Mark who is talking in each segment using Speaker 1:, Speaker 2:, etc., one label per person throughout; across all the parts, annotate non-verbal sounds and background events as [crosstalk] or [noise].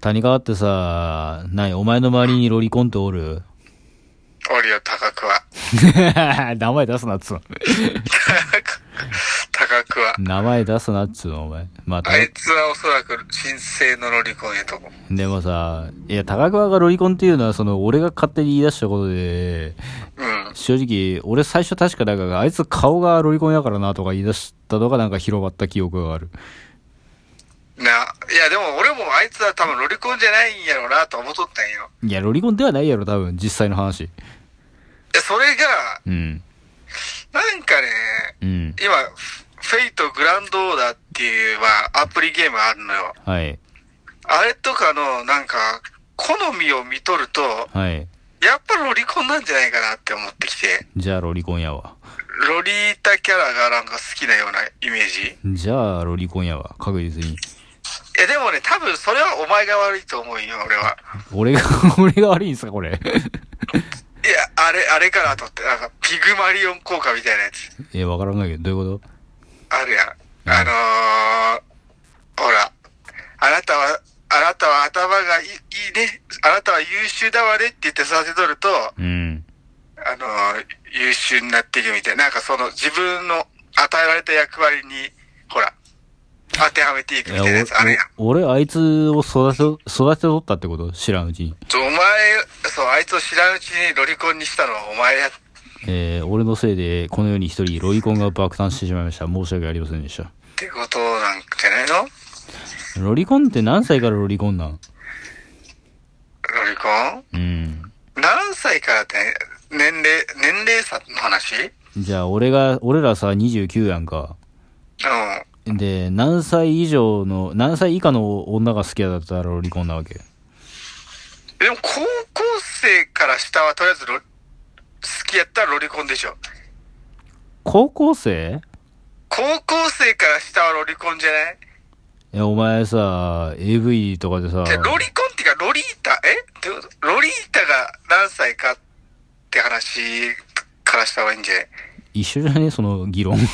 Speaker 1: 谷川ってさ、ない、お前の周りにロリコンっておる
Speaker 2: おるよ、高くは。
Speaker 1: [laughs] 名前出すなっつうの。
Speaker 2: [laughs] 高くは。
Speaker 1: 名前出すなっつうの、お前。まあ、た
Speaker 2: あいつはおそらく新生のロリコンやと思う。
Speaker 1: でもさ、いや、高桑がロリコンっていうのは、その、俺が勝手に言い出したことで、
Speaker 2: うん。
Speaker 1: 正直、俺最初確かなんか、あいつ顔がロリコンやからなとか言い出したのがなんか広まった記憶がある。
Speaker 2: な、いやでも俺もあいつは多分ロリコンじゃないんやろうなと思っとったんよ。
Speaker 1: いや、ロリコンではないやろ、多分、実際の話。
Speaker 2: で、それが、
Speaker 1: うん。
Speaker 2: なんかね、
Speaker 1: うん。
Speaker 2: 今、フェイトグランドオーダーっていう、まあ、アプリゲームあるのよ。
Speaker 1: はい。
Speaker 2: あれとかの、なんか、好みを見とると、
Speaker 1: はい。
Speaker 2: やっぱロリコンなんじゃないかなって思ってきて、
Speaker 1: じゃあ、ロリコンやわ。
Speaker 2: ロリータキャラがなんか好きなようなイメージ。い
Speaker 1: じゃあ、ロリコンやわ。確実に。
Speaker 2: やでもね、多分それはお前が悪いと思うよ、俺は。
Speaker 1: 俺が、 [laughs] 俺が悪いんすか、これ。
Speaker 2: いや、あれ、あれかなと思って、なんか、ピグマリオン効果みたいなやつ、
Speaker 1: いや、わからんないけど、どういうこ
Speaker 2: あるやん。あのー、ほら、あなたは、あなたは頭がいいいいね、あなたは優秀だわねって言って育てとると、
Speaker 1: とうん。
Speaker 2: あのー、優秀になっていくみたいな、なんかその自分の与えられた役割に、ほら、当てはめていく
Speaker 1: い
Speaker 2: み
Speaker 1: や
Speaker 2: たいなやつあるやん。、
Speaker 1: おお俺、あいつを育て、育てとったってこと知らんうちに。
Speaker 2: そうお前、そう、あいつを知らんうちにロリコンにしたのはお前や、
Speaker 1: えー、俺のせいで、この世に一人、ロリコンが爆誕してしまいました。申し訳ありませんでした。
Speaker 2: ってことなんじゃないの
Speaker 1: ロリコンって何歳からロリコンなん
Speaker 2: ロリコ
Speaker 1: う
Speaker 2: ン
Speaker 1: ん。
Speaker 2: 何歳からって、年齢、年齢差の話うん。
Speaker 1: じゃあ、俺が、俺らさ、29やんか。で、何歳以上の、何歳以下の女が好きだったらロリコンなわけ。
Speaker 2: でも、高校生から下はとりあえずロ、好きやったらロリコンでしょ。
Speaker 1: 高校生
Speaker 2: 高校生から下はロリコンじゃない
Speaker 1: いや、お前さ、AV とかでさ
Speaker 2: じ、ゃあロリコンっていうか、ロリータ、えってことロリータが何歳かって話からした方がいいんじゃない
Speaker 1: 一緒じゃねその議
Speaker 2: [laughs]
Speaker 1: 論。
Speaker 2: え、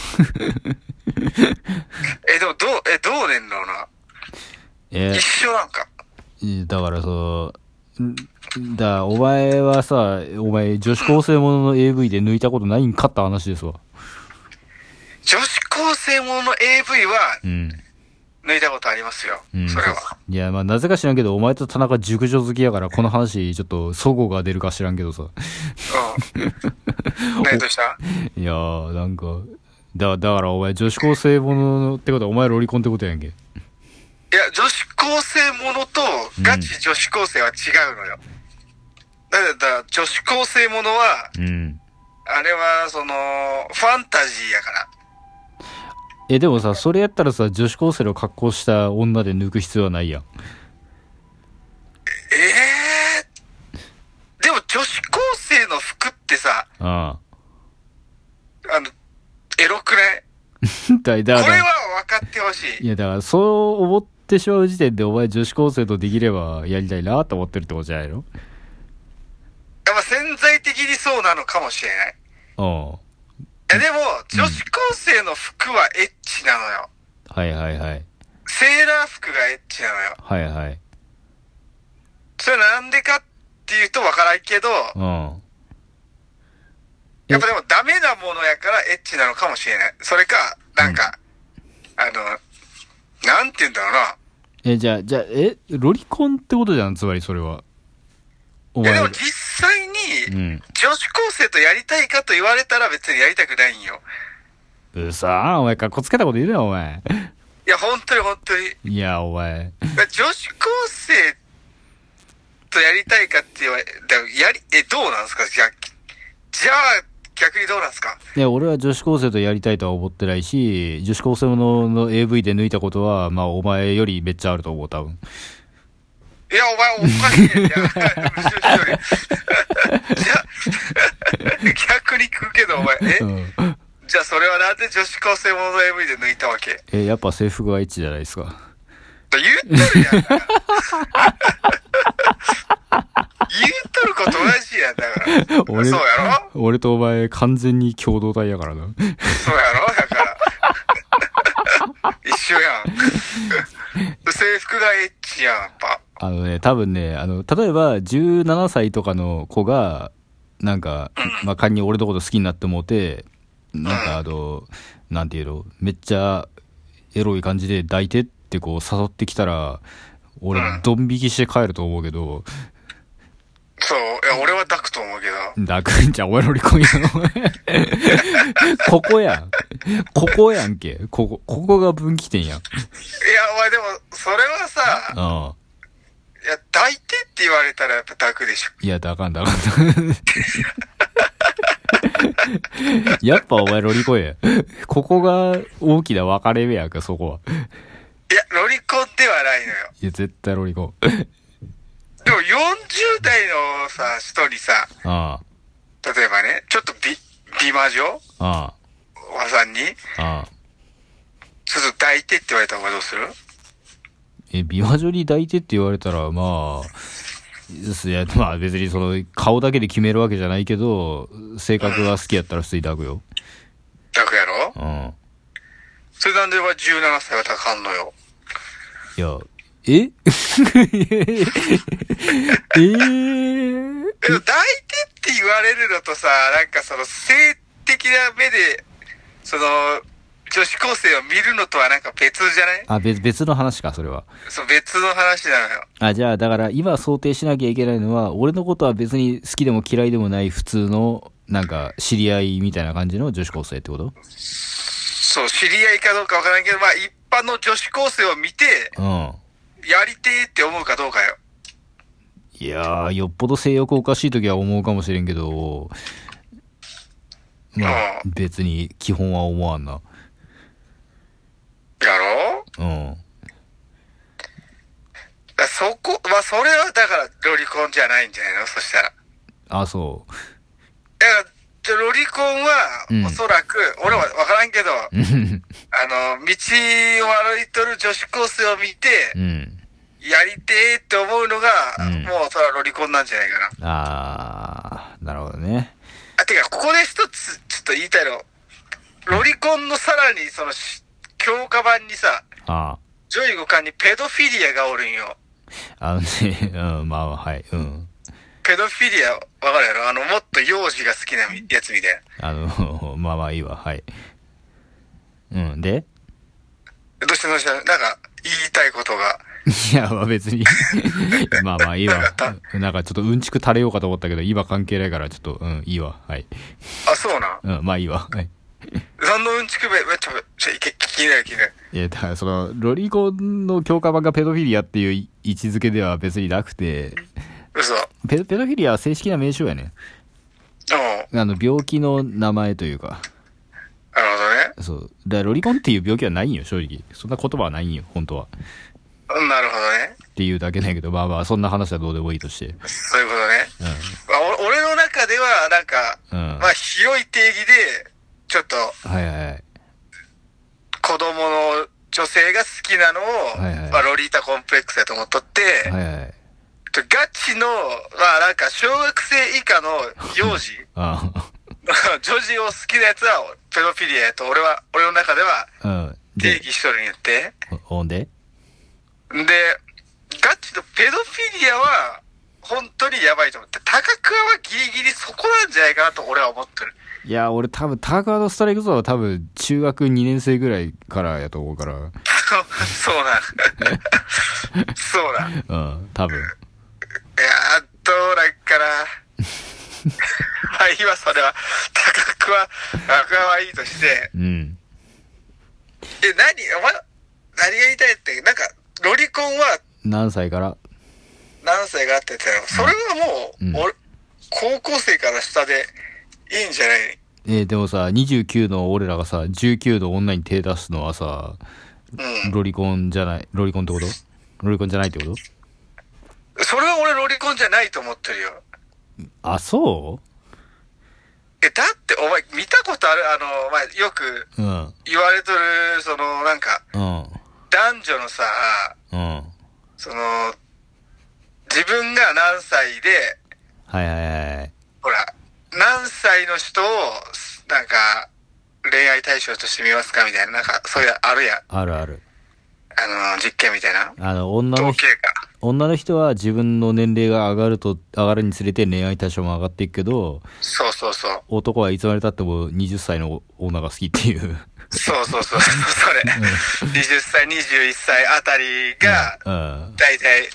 Speaker 2: でも、どう、え、どうねんのな。
Speaker 1: え
Speaker 2: 一緒なんか。
Speaker 1: だからさ、んだ、お前はさ、お前、女子高生ものの AV で抜いたことないんかった話ですわ。
Speaker 2: 女子高生もの AV は
Speaker 1: うん。
Speaker 2: 抜いたことありますよ。
Speaker 1: うん。
Speaker 2: それは。
Speaker 1: いや、まあ、なぜか知らんけど、お前と田中熟女好きやから、この話、ちょっと、齟齬が出るか知らんけどさ。
Speaker 2: うん。何とした
Speaker 1: いやー、なんか、だ、だからお前、女子高生ものってことは、お前ロリコンってことやんけ。
Speaker 2: いや、女子高生ものとガチ女子高生は違うのよ。だからだから、女子高生ものは、
Speaker 1: うん。
Speaker 2: あれは、その、ファンタジーやから。
Speaker 1: え、でもさ、それやったらさ、女子高生の格好した女で抜く必要はないやん。
Speaker 2: ええー。でも女子高生の服ってさ、
Speaker 1: [laughs] あ
Speaker 2: あの、エロくない
Speaker 1: あ。だ、だ
Speaker 2: こ
Speaker 1: か
Speaker 2: れ
Speaker 1: ら、
Speaker 2: は分かってほしい。
Speaker 1: いや、だから、そう思ってしまう時点で、お前女子高生とできればやりたいなと思ってるってことじゃないの
Speaker 2: やっぱ潜在的にそうなのかもしれない。
Speaker 1: うん。
Speaker 2: いやでも、女子高生の服はエッチなのよ。
Speaker 1: はいはいはい。
Speaker 2: セーラー服がエッチなのよ。
Speaker 1: はいはい。
Speaker 2: それなんでかっていうと分からんけど、
Speaker 1: うん。
Speaker 2: やっぱでもダメなものやからエッチなのかもしれない。それか、なんか、あの、なんて言うんだろうな。
Speaker 1: え、じゃあ、じゃあ、え、ロリコンってことじゃん、つまりそれは。お
Speaker 2: いや
Speaker 1: 前
Speaker 2: でも、実際
Speaker 1: う
Speaker 2: に、
Speaker 1: ん。
Speaker 2: 女子高生とやりたいかと言われたら別にやりたくないんよ。
Speaker 1: うさーお前、かっこつけたこと言うなよ、お前。
Speaker 2: いや、本当に本
Speaker 1: [laughs]
Speaker 2: 当に。
Speaker 1: いや、お前。
Speaker 2: 女子高生とやりたいかって言われ、だやり、え、どうなんですかじゃあ、じゃあ、逆にどうなんですか
Speaker 1: いや、俺は女子高生とやりたいとは思ってないし、女子高生ものの AV で抜いたことは、まあ、お前よりめっちゃあると思う、多分。
Speaker 2: いや、お前おかしいやん。いや、じゃあ、逆に聞くけど、お前、え、
Speaker 1: うん。
Speaker 2: じゃあそれはなんで女子高生もの AV で抜いたわけ
Speaker 1: え、やっぱ制服がエッチじゃないですか。
Speaker 2: 言っとるやん。言っとること同じやん、だから。そう
Speaker 1: 俺
Speaker 2: やろ
Speaker 1: 俺とお前、完全に共同体やからな。
Speaker 2: そうやろだから。一緒やん。制服がエッチやん、やっぱ。
Speaker 1: あのね、多分ね、あの、例えば17歳とかの子が、なんか、まあ、仮に俺のこと好きになって思って、なんかあの、なんていうの、めっちゃエロい感じで抱いてってこう誘ってきたら、俺
Speaker 2: う、ん
Speaker 1: ドン引きして帰ると思うけど、
Speaker 2: そう、いや、俺は抱くと思うけど。
Speaker 1: 抱くんじゃん、俺の離婚やの。 [laughs] ここやん。ここやんけ。ここ、ここが分岐点やん。
Speaker 2: いや、まあでも、それはさ、
Speaker 1: ああ。
Speaker 2: いや、抱いてって言われたらやっぱ抱くでしょ。
Speaker 1: いや、だかんだ [laughs] かん。やっぱお前ロリコンや。ここが大きな分かれ目やんか、そこは。
Speaker 2: いや、ロリコンではないのよ。
Speaker 1: いや、絶対ロリコン。
Speaker 2: でも40代のさ、人にさ、
Speaker 1: あ
Speaker 2: 例えばね、ちょっと美、美魔女
Speaker 1: あ、あ
Speaker 2: おばさんに、
Speaker 1: あ、ああ。
Speaker 2: ちょっと抱いてって言われた方がどうする
Speaker 1: え、美魔女に抱いてって言われたら、まあ、いや、まあ別にその、顔だけで決めるわけじゃないけど、性格が好きやったら普通に抱くよ。
Speaker 2: 抱くやろ
Speaker 1: うん。
Speaker 2: それなんでは17歳は抱かんのよ。
Speaker 1: いや、え [laughs] えー
Speaker 2: え、抱いてって言われるのとさ、なんかその性的な目で、その、女子高生を見るのとはなんか別じゃない
Speaker 1: あ、別、別の話か、それは。
Speaker 2: そう、別の話なのよ。
Speaker 1: あ、じゃあ、だから今想定しなきゃいけないのは、俺のことは別に好きでも嫌いでもない普通の、なんか、知り合いみたいな感じの女子高生ってこと
Speaker 2: そう、知り合いかどうかわからんけど、まあ一般の女子高生を見て、
Speaker 1: うん。
Speaker 2: やりてーって思うかどうかよ。
Speaker 1: いやー、よっぽど性欲おかしい時は思うかもしれんけど、まあ、別に基本は思わんな。
Speaker 2: やろ
Speaker 1: うん。
Speaker 2: だそこ、まあそれはだからロリコンじゃないんじゃないのそしたら。
Speaker 1: あ、そう。
Speaker 2: だから、じゃロリコン
Speaker 1: うん
Speaker 2: は、おそらく、俺はわからんけど、
Speaker 1: うん。 [laughs]
Speaker 2: あの、道を歩いとる女子高生を見て、
Speaker 1: うん。
Speaker 2: やりてーって思うのが、
Speaker 1: うん
Speaker 2: もうそれはロリコンなんじゃないかな。
Speaker 1: あー、なるほどね。
Speaker 2: あ、てか、ここで一つ、ちょっと言いたいの。ロリコンのさらに、その、し強化版にさ、
Speaker 1: あ
Speaker 2: 上位互換にペドフィリアがおるんよ。
Speaker 1: ー。あのね、 [laughs] うん、まあ、はい、うん。
Speaker 2: ペドフィリア、わかるやろあの、もっと幼児が好きなみやつみたいな。
Speaker 1: あの、 [laughs] まあまあいいわ、はい。うん、で
Speaker 2: どうしたどうしたなんか、言いたいことが。
Speaker 1: [laughs] いや、まあ別に。まあまあいいわ。なんかちょっとうんちく垂れようかと思ったけど、今関係ないから、ちょっと、うん、いいわ。はい。
Speaker 2: あ、そうなん。
Speaker 1: うん、まあいいわ。はい。
Speaker 2: 何のうんちくべ、えちょ、ちょ、いけ、気になる気になる。
Speaker 1: いや、だからその、ロリコンの強化版がペドフィリアっていうい位置づけでは別になくて、
Speaker 2: 嘘。うん。
Speaker 1: ペペドフィリアは正式な名称やね。あの、病気の名前というか。
Speaker 2: なるほどね
Speaker 1: そう。だからロリコンっていう病気はないんよ、正直。そんな言葉はないんよ、本当は。
Speaker 2: うん。なるほどね。
Speaker 1: っていうだけだけど、まあまあ、そんな話はどうでもいいとして。
Speaker 2: そういうことね。まあお俺の中では、なんか、
Speaker 1: うん。うん。
Speaker 2: まあ、広い定義で、ちょっと、
Speaker 1: はいはいはい。
Speaker 2: 子供の女性が好きなのを、
Speaker 1: はいはい
Speaker 2: まあ、ロリータコンプレックスだと思っとって、
Speaker 1: はいはい。
Speaker 2: ちょガチの、まあ、なんか、小学生以下の幼児、 [laughs]
Speaker 1: ああ。
Speaker 2: 女児を好きなやつは、ペドフィリアやと、俺は、俺の中では、
Speaker 1: うん。
Speaker 2: 定
Speaker 1: で、
Speaker 2: 義しとるんやって。
Speaker 1: ほほんで
Speaker 2: で、ガチのペドフィリアは、本当にやばいと思って、高桑はギリギリそこなんじゃないかなと俺は思ってる。 [laughs]
Speaker 1: いや、俺多分、タークアドストライクゾーンは多分、中学2年生ぐらいからやと思うから。
Speaker 2: そうそうなん。そうなん。いや
Speaker 1: うん、多分。
Speaker 2: ー、どうなんかな。まあ今それは、高くは、高くはいいとして、
Speaker 1: うん。
Speaker 2: え、何お前、何が言いたいって、なんか、ロリコンは
Speaker 1: 何歳から
Speaker 2: 何歳があってたのそれはもう、
Speaker 1: うん
Speaker 2: 俺、高校生から下でいいんじゃない
Speaker 1: えーでもさ、29の俺らがさ、19の女に手出すのはさ、
Speaker 2: うん。
Speaker 1: ロリコンじゃない、ロリコンってことロリコンじゃないってこと
Speaker 2: それは俺ロリコンじゃないと思ってるよ。
Speaker 1: あ、そ
Speaker 2: え、だってお前見たことあるあの、お前よく
Speaker 1: ううん。
Speaker 2: 言われとる、その、なんか、
Speaker 1: うん。
Speaker 2: 男女のさ、
Speaker 1: うん。はい
Speaker 2: その、自分が何歳で、
Speaker 1: はいはい。
Speaker 2: ほら、何歳の人を、なんか、恋愛対象としてみますかみたいな、なんか、そういうあるやん、
Speaker 1: あるある。
Speaker 2: あの、実験みたいな。
Speaker 1: あの、女の
Speaker 2: 統
Speaker 1: 人、
Speaker 2: 計か。
Speaker 1: 女の人は自分の年齢が上がると、上がるにつれて恋愛対象も上がっていくけど、
Speaker 2: そうそうそう。
Speaker 1: 男はいつまでたっても20歳の女が好きっていう。
Speaker 2: そうそう
Speaker 1: [laughs]
Speaker 2: そう。それ。20歳、21歳あたりが、
Speaker 1: うん。
Speaker 2: だいたい、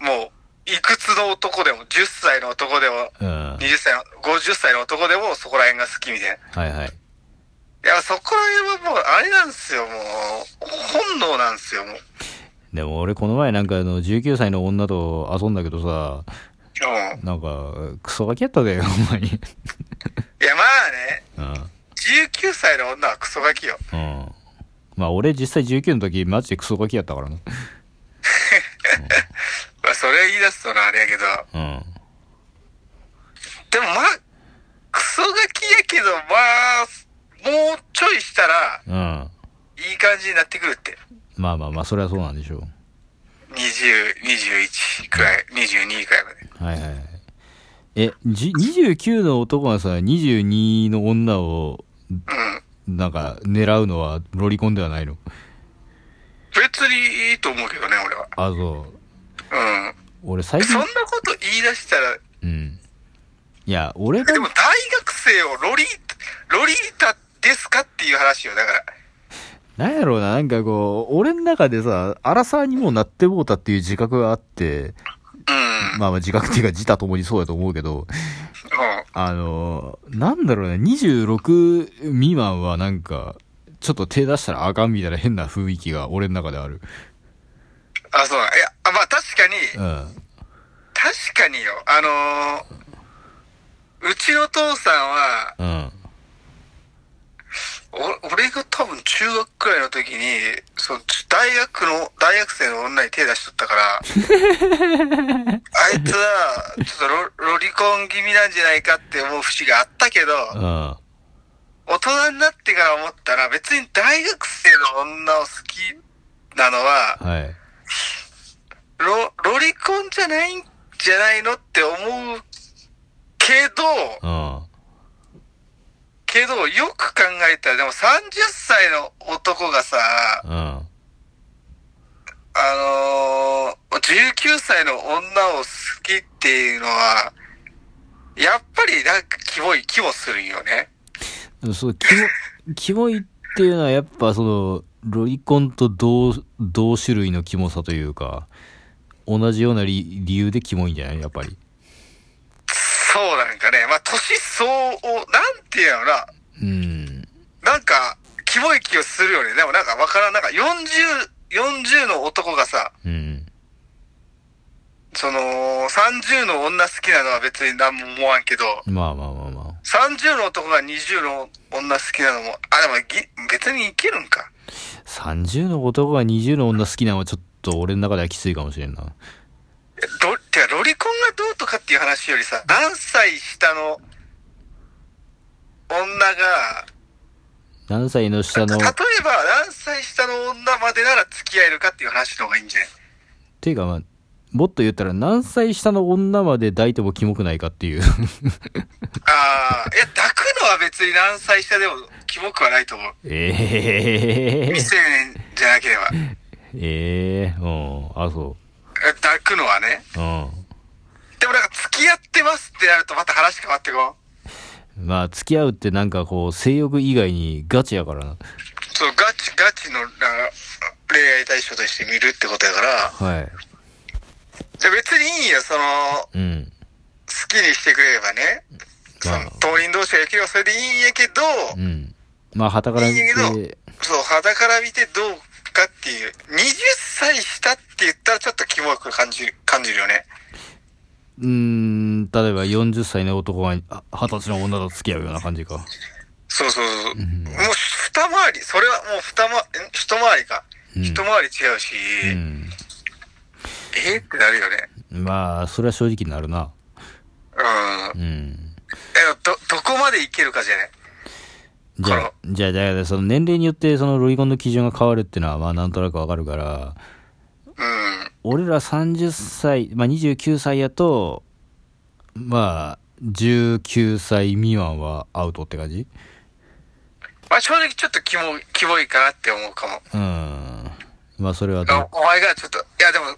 Speaker 2: もう、いくつの男でも、10歳の男でも、
Speaker 1: うん。は
Speaker 2: 20歳の、50歳の男でも、そこら辺が好きみたいな。
Speaker 1: いはい。
Speaker 2: いや、そこら辺はもう、あれなんですよ、もう。本能なんですよ、もう。
Speaker 1: でも俺この前なんかあの19歳の女と遊んだけどさ、
Speaker 2: うん。
Speaker 1: なんかクソガキやったで、ほんまに。
Speaker 2: いや、まあね、
Speaker 1: うん。
Speaker 2: 19歳の女はクソガキよ。
Speaker 1: うん。まあ俺実際19の時マジでクソガキやったからな。
Speaker 2: まあ、それ言い出すとな、あれやけど。
Speaker 1: うん。
Speaker 2: でもまあ、クソガキやけど、まあ、もうちょいしたら、
Speaker 1: うん。ま
Speaker 2: いい感じになってくるって。
Speaker 1: あまあまあ、それはそうなんでしょう。
Speaker 2: 20、21くらい、22くらい
Speaker 1: は
Speaker 2: まで。
Speaker 1: いはいはい。え、じ29の男がさ、22の女を、
Speaker 2: うん。
Speaker 1: なんか、狙うのはロリコンではないの
Speaker 2: 別にいいと思うけどね、俺は。
Speaker 1: あ、そう。
Speaker 2: うん。
Speaker 1: 俺最
Speaker 2: そん
Speaker 1: 近
Speaker 2: な、こと言い出したら、
Speaker 1: うん。いや、俺が
Speaker 2: で、も大学生をロリー、ロリータですかっていう話よ、だから。
Speaker 1: なんやろうな、なんかこう、俺の中でさ、アラサーにもうなってもうたっていう自覚があって、
Speaker 2: うん。
Speaker 1: まあまあ自覚っていうか自他ともにそうだと思うけど、
Speaker 2: うん
Speaker 1: あのー、なんだろうね、26未満はなんか、ちょっと手出したらあかんみたいな変な雰囲気が俺の中である。
Speaker 2: あ、そうなん。いや、あまあ確かに、
Speaker 1: うん。
Speaker 2: 確かによ。あのーうちの父さんは、
Speaker 1: うん。
Speaker 2: お俺が多分中学くらいの時に、その大学の、大学生の女に手出しとっ
Speaker 1: [laughs]
Speaker 2: たから、あいつは、ちょっとロロリコン気味なんじゃないかって思う節があったけど、
Speaker 1: うん。
Speaker 2: 大人になってから思ったら、別に大学生の女を好きなのは、
Speaker 1: はい。
Speaker 2: ロ、ロリコンじゃないんじゃないのって思うけど、
Speaker 1: うん。
Speaker 2: けど、よく考えたら、でも30歳の男がさ、
Speaker 1: うん。
Speaker 2: あのー、19歳の女を好きっていうのは、やっぱりなんかキモい気もするんよね。
Speaker 1: そう、キモ、キモいっていうのはやっぱその、ロリコンと同、同種類のキモさというか、同じような理理由でキモいんじゃないやっぱり。
Speaker 2: そうなんかね、まあ、年相応、なんていうのか
Speaker 1: うん。
Speaker 2: な、なんか、キモい気をするよね。でもなんかわからん、なんか40、40の男がさ、
Speaker 1: うん。
Speaker 2: その、30の女好きなのは別に何も思わんけど、
Speaker 1: まあまあまあま
Speaker 2: 30の男が20の女好きなのも、あ、でもぎ別にいけるんか。
Speaker 1: あ。30の男が20の女好きなのはちょっと俺の中ではきついかもしれんな。
Speaker 2: ロてかロリコンがどうとかっていう話よりさ何歳下の女が
Speaker 1: 何歳の下
Speaker 2: 例
Speaker 1: の、
Speaker 2: え
Speaker 1: っ
Speaker 2: ば何歳下の女までなら付き合えるかっていう話の方がいいんじゃない
Speaker 1: ていうかまあ、もっと言ったら何歳下の女まで抱いてもキモくないかっていう。
Speaker 2: ああいや抱くのは別に何歳下でもキモくはないと思う
Speaker 1: ええ
Speaker 2: 未成年じゃなければ
Speaker 1: ええうん。あ、そ
Speaker 2: 抱くのはね
Speaker 1: う。うん。
Speaker 2: でもなんか付き合ってますってなるとまた話変わってこう
Speaker 1: まあ、付き合うってなんかこう、性欲以外にガチやからな。
Speaker 2: そうガチガチのな恋愛対象として見るってことやから
Speaker 1: はい。
Speaker 2: じゃあ別にいいよその
Speaker 1: うん。
Speaker 2: 好きにしてくれればね、そ
Speaker 1: ま
Speaker 2: の
Speaker 1: あ
Speaker 2: 党員同士が生きればそれでいいんやけど、
Speaker 1: うん。まあ、旗から見
Speaker 2: いいん
Speaker 1: て、
Speaker 2: そう、肌から見てどうかっていう、20歳下って言ったらちょっとキモく感じる、感じるよね。
Speaker 1: うーん、例えば40歳の男があ二十歳の女と付き合うような感じか。
Speaker 2: そうそうそ
Speaker 1: ん
Speaker 2: う。もう二回り、それはもう二回り、ん一回りか。
Speaker 1: うん
Speaker 2: 一回り違うし、
Speaker 1: うん。
Speaker 2: えーってなるよね。
Speaker 1: まあ、それは正直になるな。
Speaker 2: うん。
Speaker 1: うん。
Speaker 2: えど、どこまでいけるかじゃない。
Speaker 1: じゃあ、じゃあ、じゃあ、その年齢によってそのロリコンの基準が変わるっていうのは、まあ、なんとなくわかるから、
Speaker 2: うん。
Speaker 1: 俺ら30歳、まあ、29歳やと、まあ、19歳未満はアウトって感じ
Speaker 2: まあ正直ちょっとキモ、キモいかなって思うかも。
Speaker 1: うん。まあ、それはど
Speaker 2: あ
Speaker 1: う
Speaker 2: お前がちょっと、いやでも、や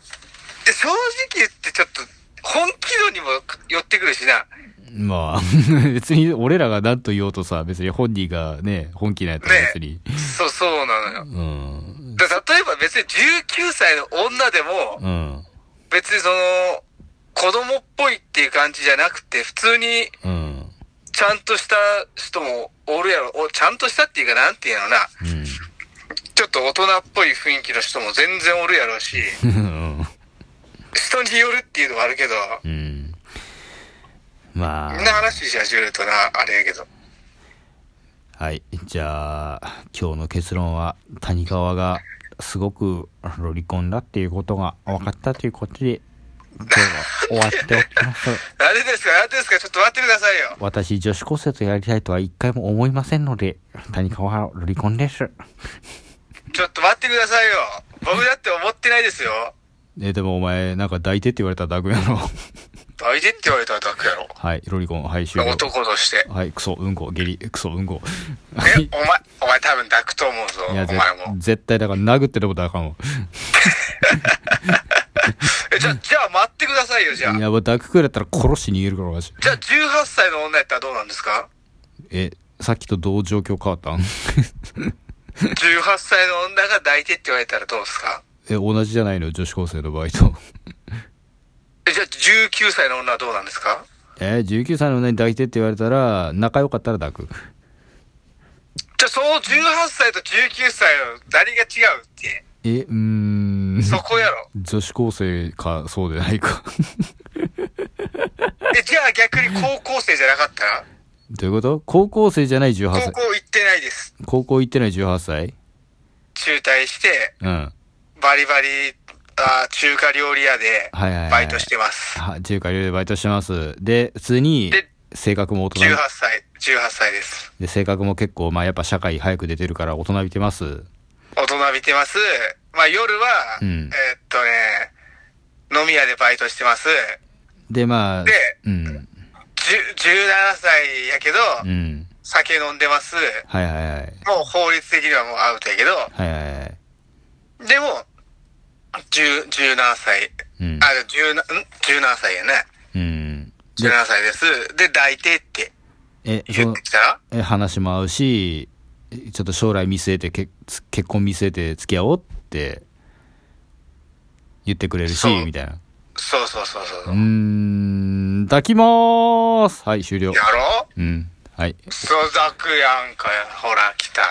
Speaker 2: 正直言ってちょっと、本気度にも寄ってくるしな。
Speaker 1: まあ、 [laughs] 別に俺らが何と言おうとさ、別に本人がね、本気なんやったら別に。
Speaker 2: そう、そうなのよ。
Speaker 1: うん。
Speaker 2: だ例えば別に19歳の女でも、
Speaker 1: うん。
Speaker 2: 別にその、子供っぽいっていう感じじゃなくて、普通に
Speaker 1: うん。
Speaker 2: ちゃんとした人もおるやろ。おちゃんとしたっていうか、なんていうのかな。ちょっと大人っぽい雰囲気の人も全然おるやろうし、
Speaker 1: うん。
Speaker 2: 人によるっていうのはあるけど、
Speaker 1: うん。ま
Speaker 2: みんな
Speaker 1: あ、
Speaker 2: 話し始めるとな、あれやけど。
Speaker 1: はい。じゃあ、今日の結論は、谷川がすごくロリコンだっていうことが分かったということで、今日は終わっておきます。
Speaker 2: あれですか、あれですか、ちょっと待ってくださいよ。
Speaker 1: 私、女子高生とやりたいとは一回も思いませんので、谷川はロリコンです。
Speaker 2: ちょっと待ってくださいよ。僕だって思ってないですよ。
Speaker 1: え、でもお前、なんか抱いてって言われたら抱くやろ。
Speaker 2: 抱いてって言われたら抱くやろ。
Speaker 1: はい、ロリコン、はい、終了。
Speaker 2: 男として。
Speaker 1: はい、クソ、うんこ、下痢、クソ、うんこ。は
Speaker 2: え、
Speaker 1: い。
Speaker 2: お前、お前多分抱くと思うぞ。お
Speaker 1: い
Speaker 2: 前
Speaker 1: や、ぜ
Speaker 2: も。
Speaker 1: 絶対だから殴ってることはあかんわ。
Speaker 2: え、じゃ、じゃあ待ってくださいよ、じゃあ。
Speaker 1: い
Speaker 2: じ
Speaker 1: や、もう抱くくらいだったら殺しに逃げるから、わし。
Speaker 2: ゃあ18歳の女やったらどうなんですか
Speaker 1: え、さっきとどう状況変わったん [laughs]
Speaker 2: ?18 歳の女が抱いてって言われたらどうですか
Speaker 1: え、同じじゃないの女子高生の場合と。 [laughs]
Speaker 2: え、じゃあ19歳の女はどうなんですか
Speaker 1: え、19歳の女に抱いてって言われたら、仲良かったら抱く。
Speaker 2: じゃあその18歳と19歳の何が違うって。
Speaker 1: え、うーん。
Speaker 2: そこやろ。
Speaker 1: 女子高生か、そうでないか。 [laughs]
Speaker 2: え、じゃあ逆に高校生じゃなかったら
Speaker 1: どういうこと高校生じゃない18
Speaker 2: 高
Speaker 1: 歳。
Speaker 2: 校行ってないです。
Speaker 1: 高校行ってない18歳
Speaker 2: 中退して、
Speaker 1: うん。
Speaker 2: バリバリ、あー中華料理屋で、
Speaker 1: はいはいはい
Speaker 2: バイトしてます。
Speaker 1: は、中華料理でバイトしてます。で、普通に
Speaker 2: で、
Speaker 1: 性格も大人
Speaker 2: 18歳、18歳です。
Speaker 1: で、性格も結構、まあやっぱ社会早く出てるから大人びてます。
Speaker 2: 大人びてます。まあ夜は、
Speaker 1: うん
Speaker 2: えーっとね、飲み屋でバイトしてます。
Speaker 1: で、まあ
Speaker 2: で、
Speaker 1: うん、
Speaker 2: じゅ17歳やけど、
Speaker 1: うん。
Speaker 2: 酒飲んでます。
Speaker 1: はいはいはい。
Speaker 2: もう法律的にはもうアウトやけど、
Speaker 1: はいはいはい。
Speaker 2: でも、10 17歳、
Speaker 1: うん
Speaker 2: あ、17、ん17歳やね。
Speaker 1: うん。で
Speaker 2: 17歳です。で、抱いてって
Speaker 1: え、そ
Speaker 2: 言っ
Speaker 1: の
Speaker 2: て、きたら、
Speaker 1: え話も合うし、ちょっと将来見据えて、けつ結婚見据えて付き合おうって言ってくれるし
Speaker 2: そう、
Speaker 1: みたいな。
Speaker 2: そうそうそうそ
Speaker 1: ー
Speaker 2: うう。
Speaker 1: ん、抱きまーす。はい、終了
Speaker 2: や。ろ
Speaker 1: うん。はい。
Speaker 2: そうざくやんかよ。ほら、来た。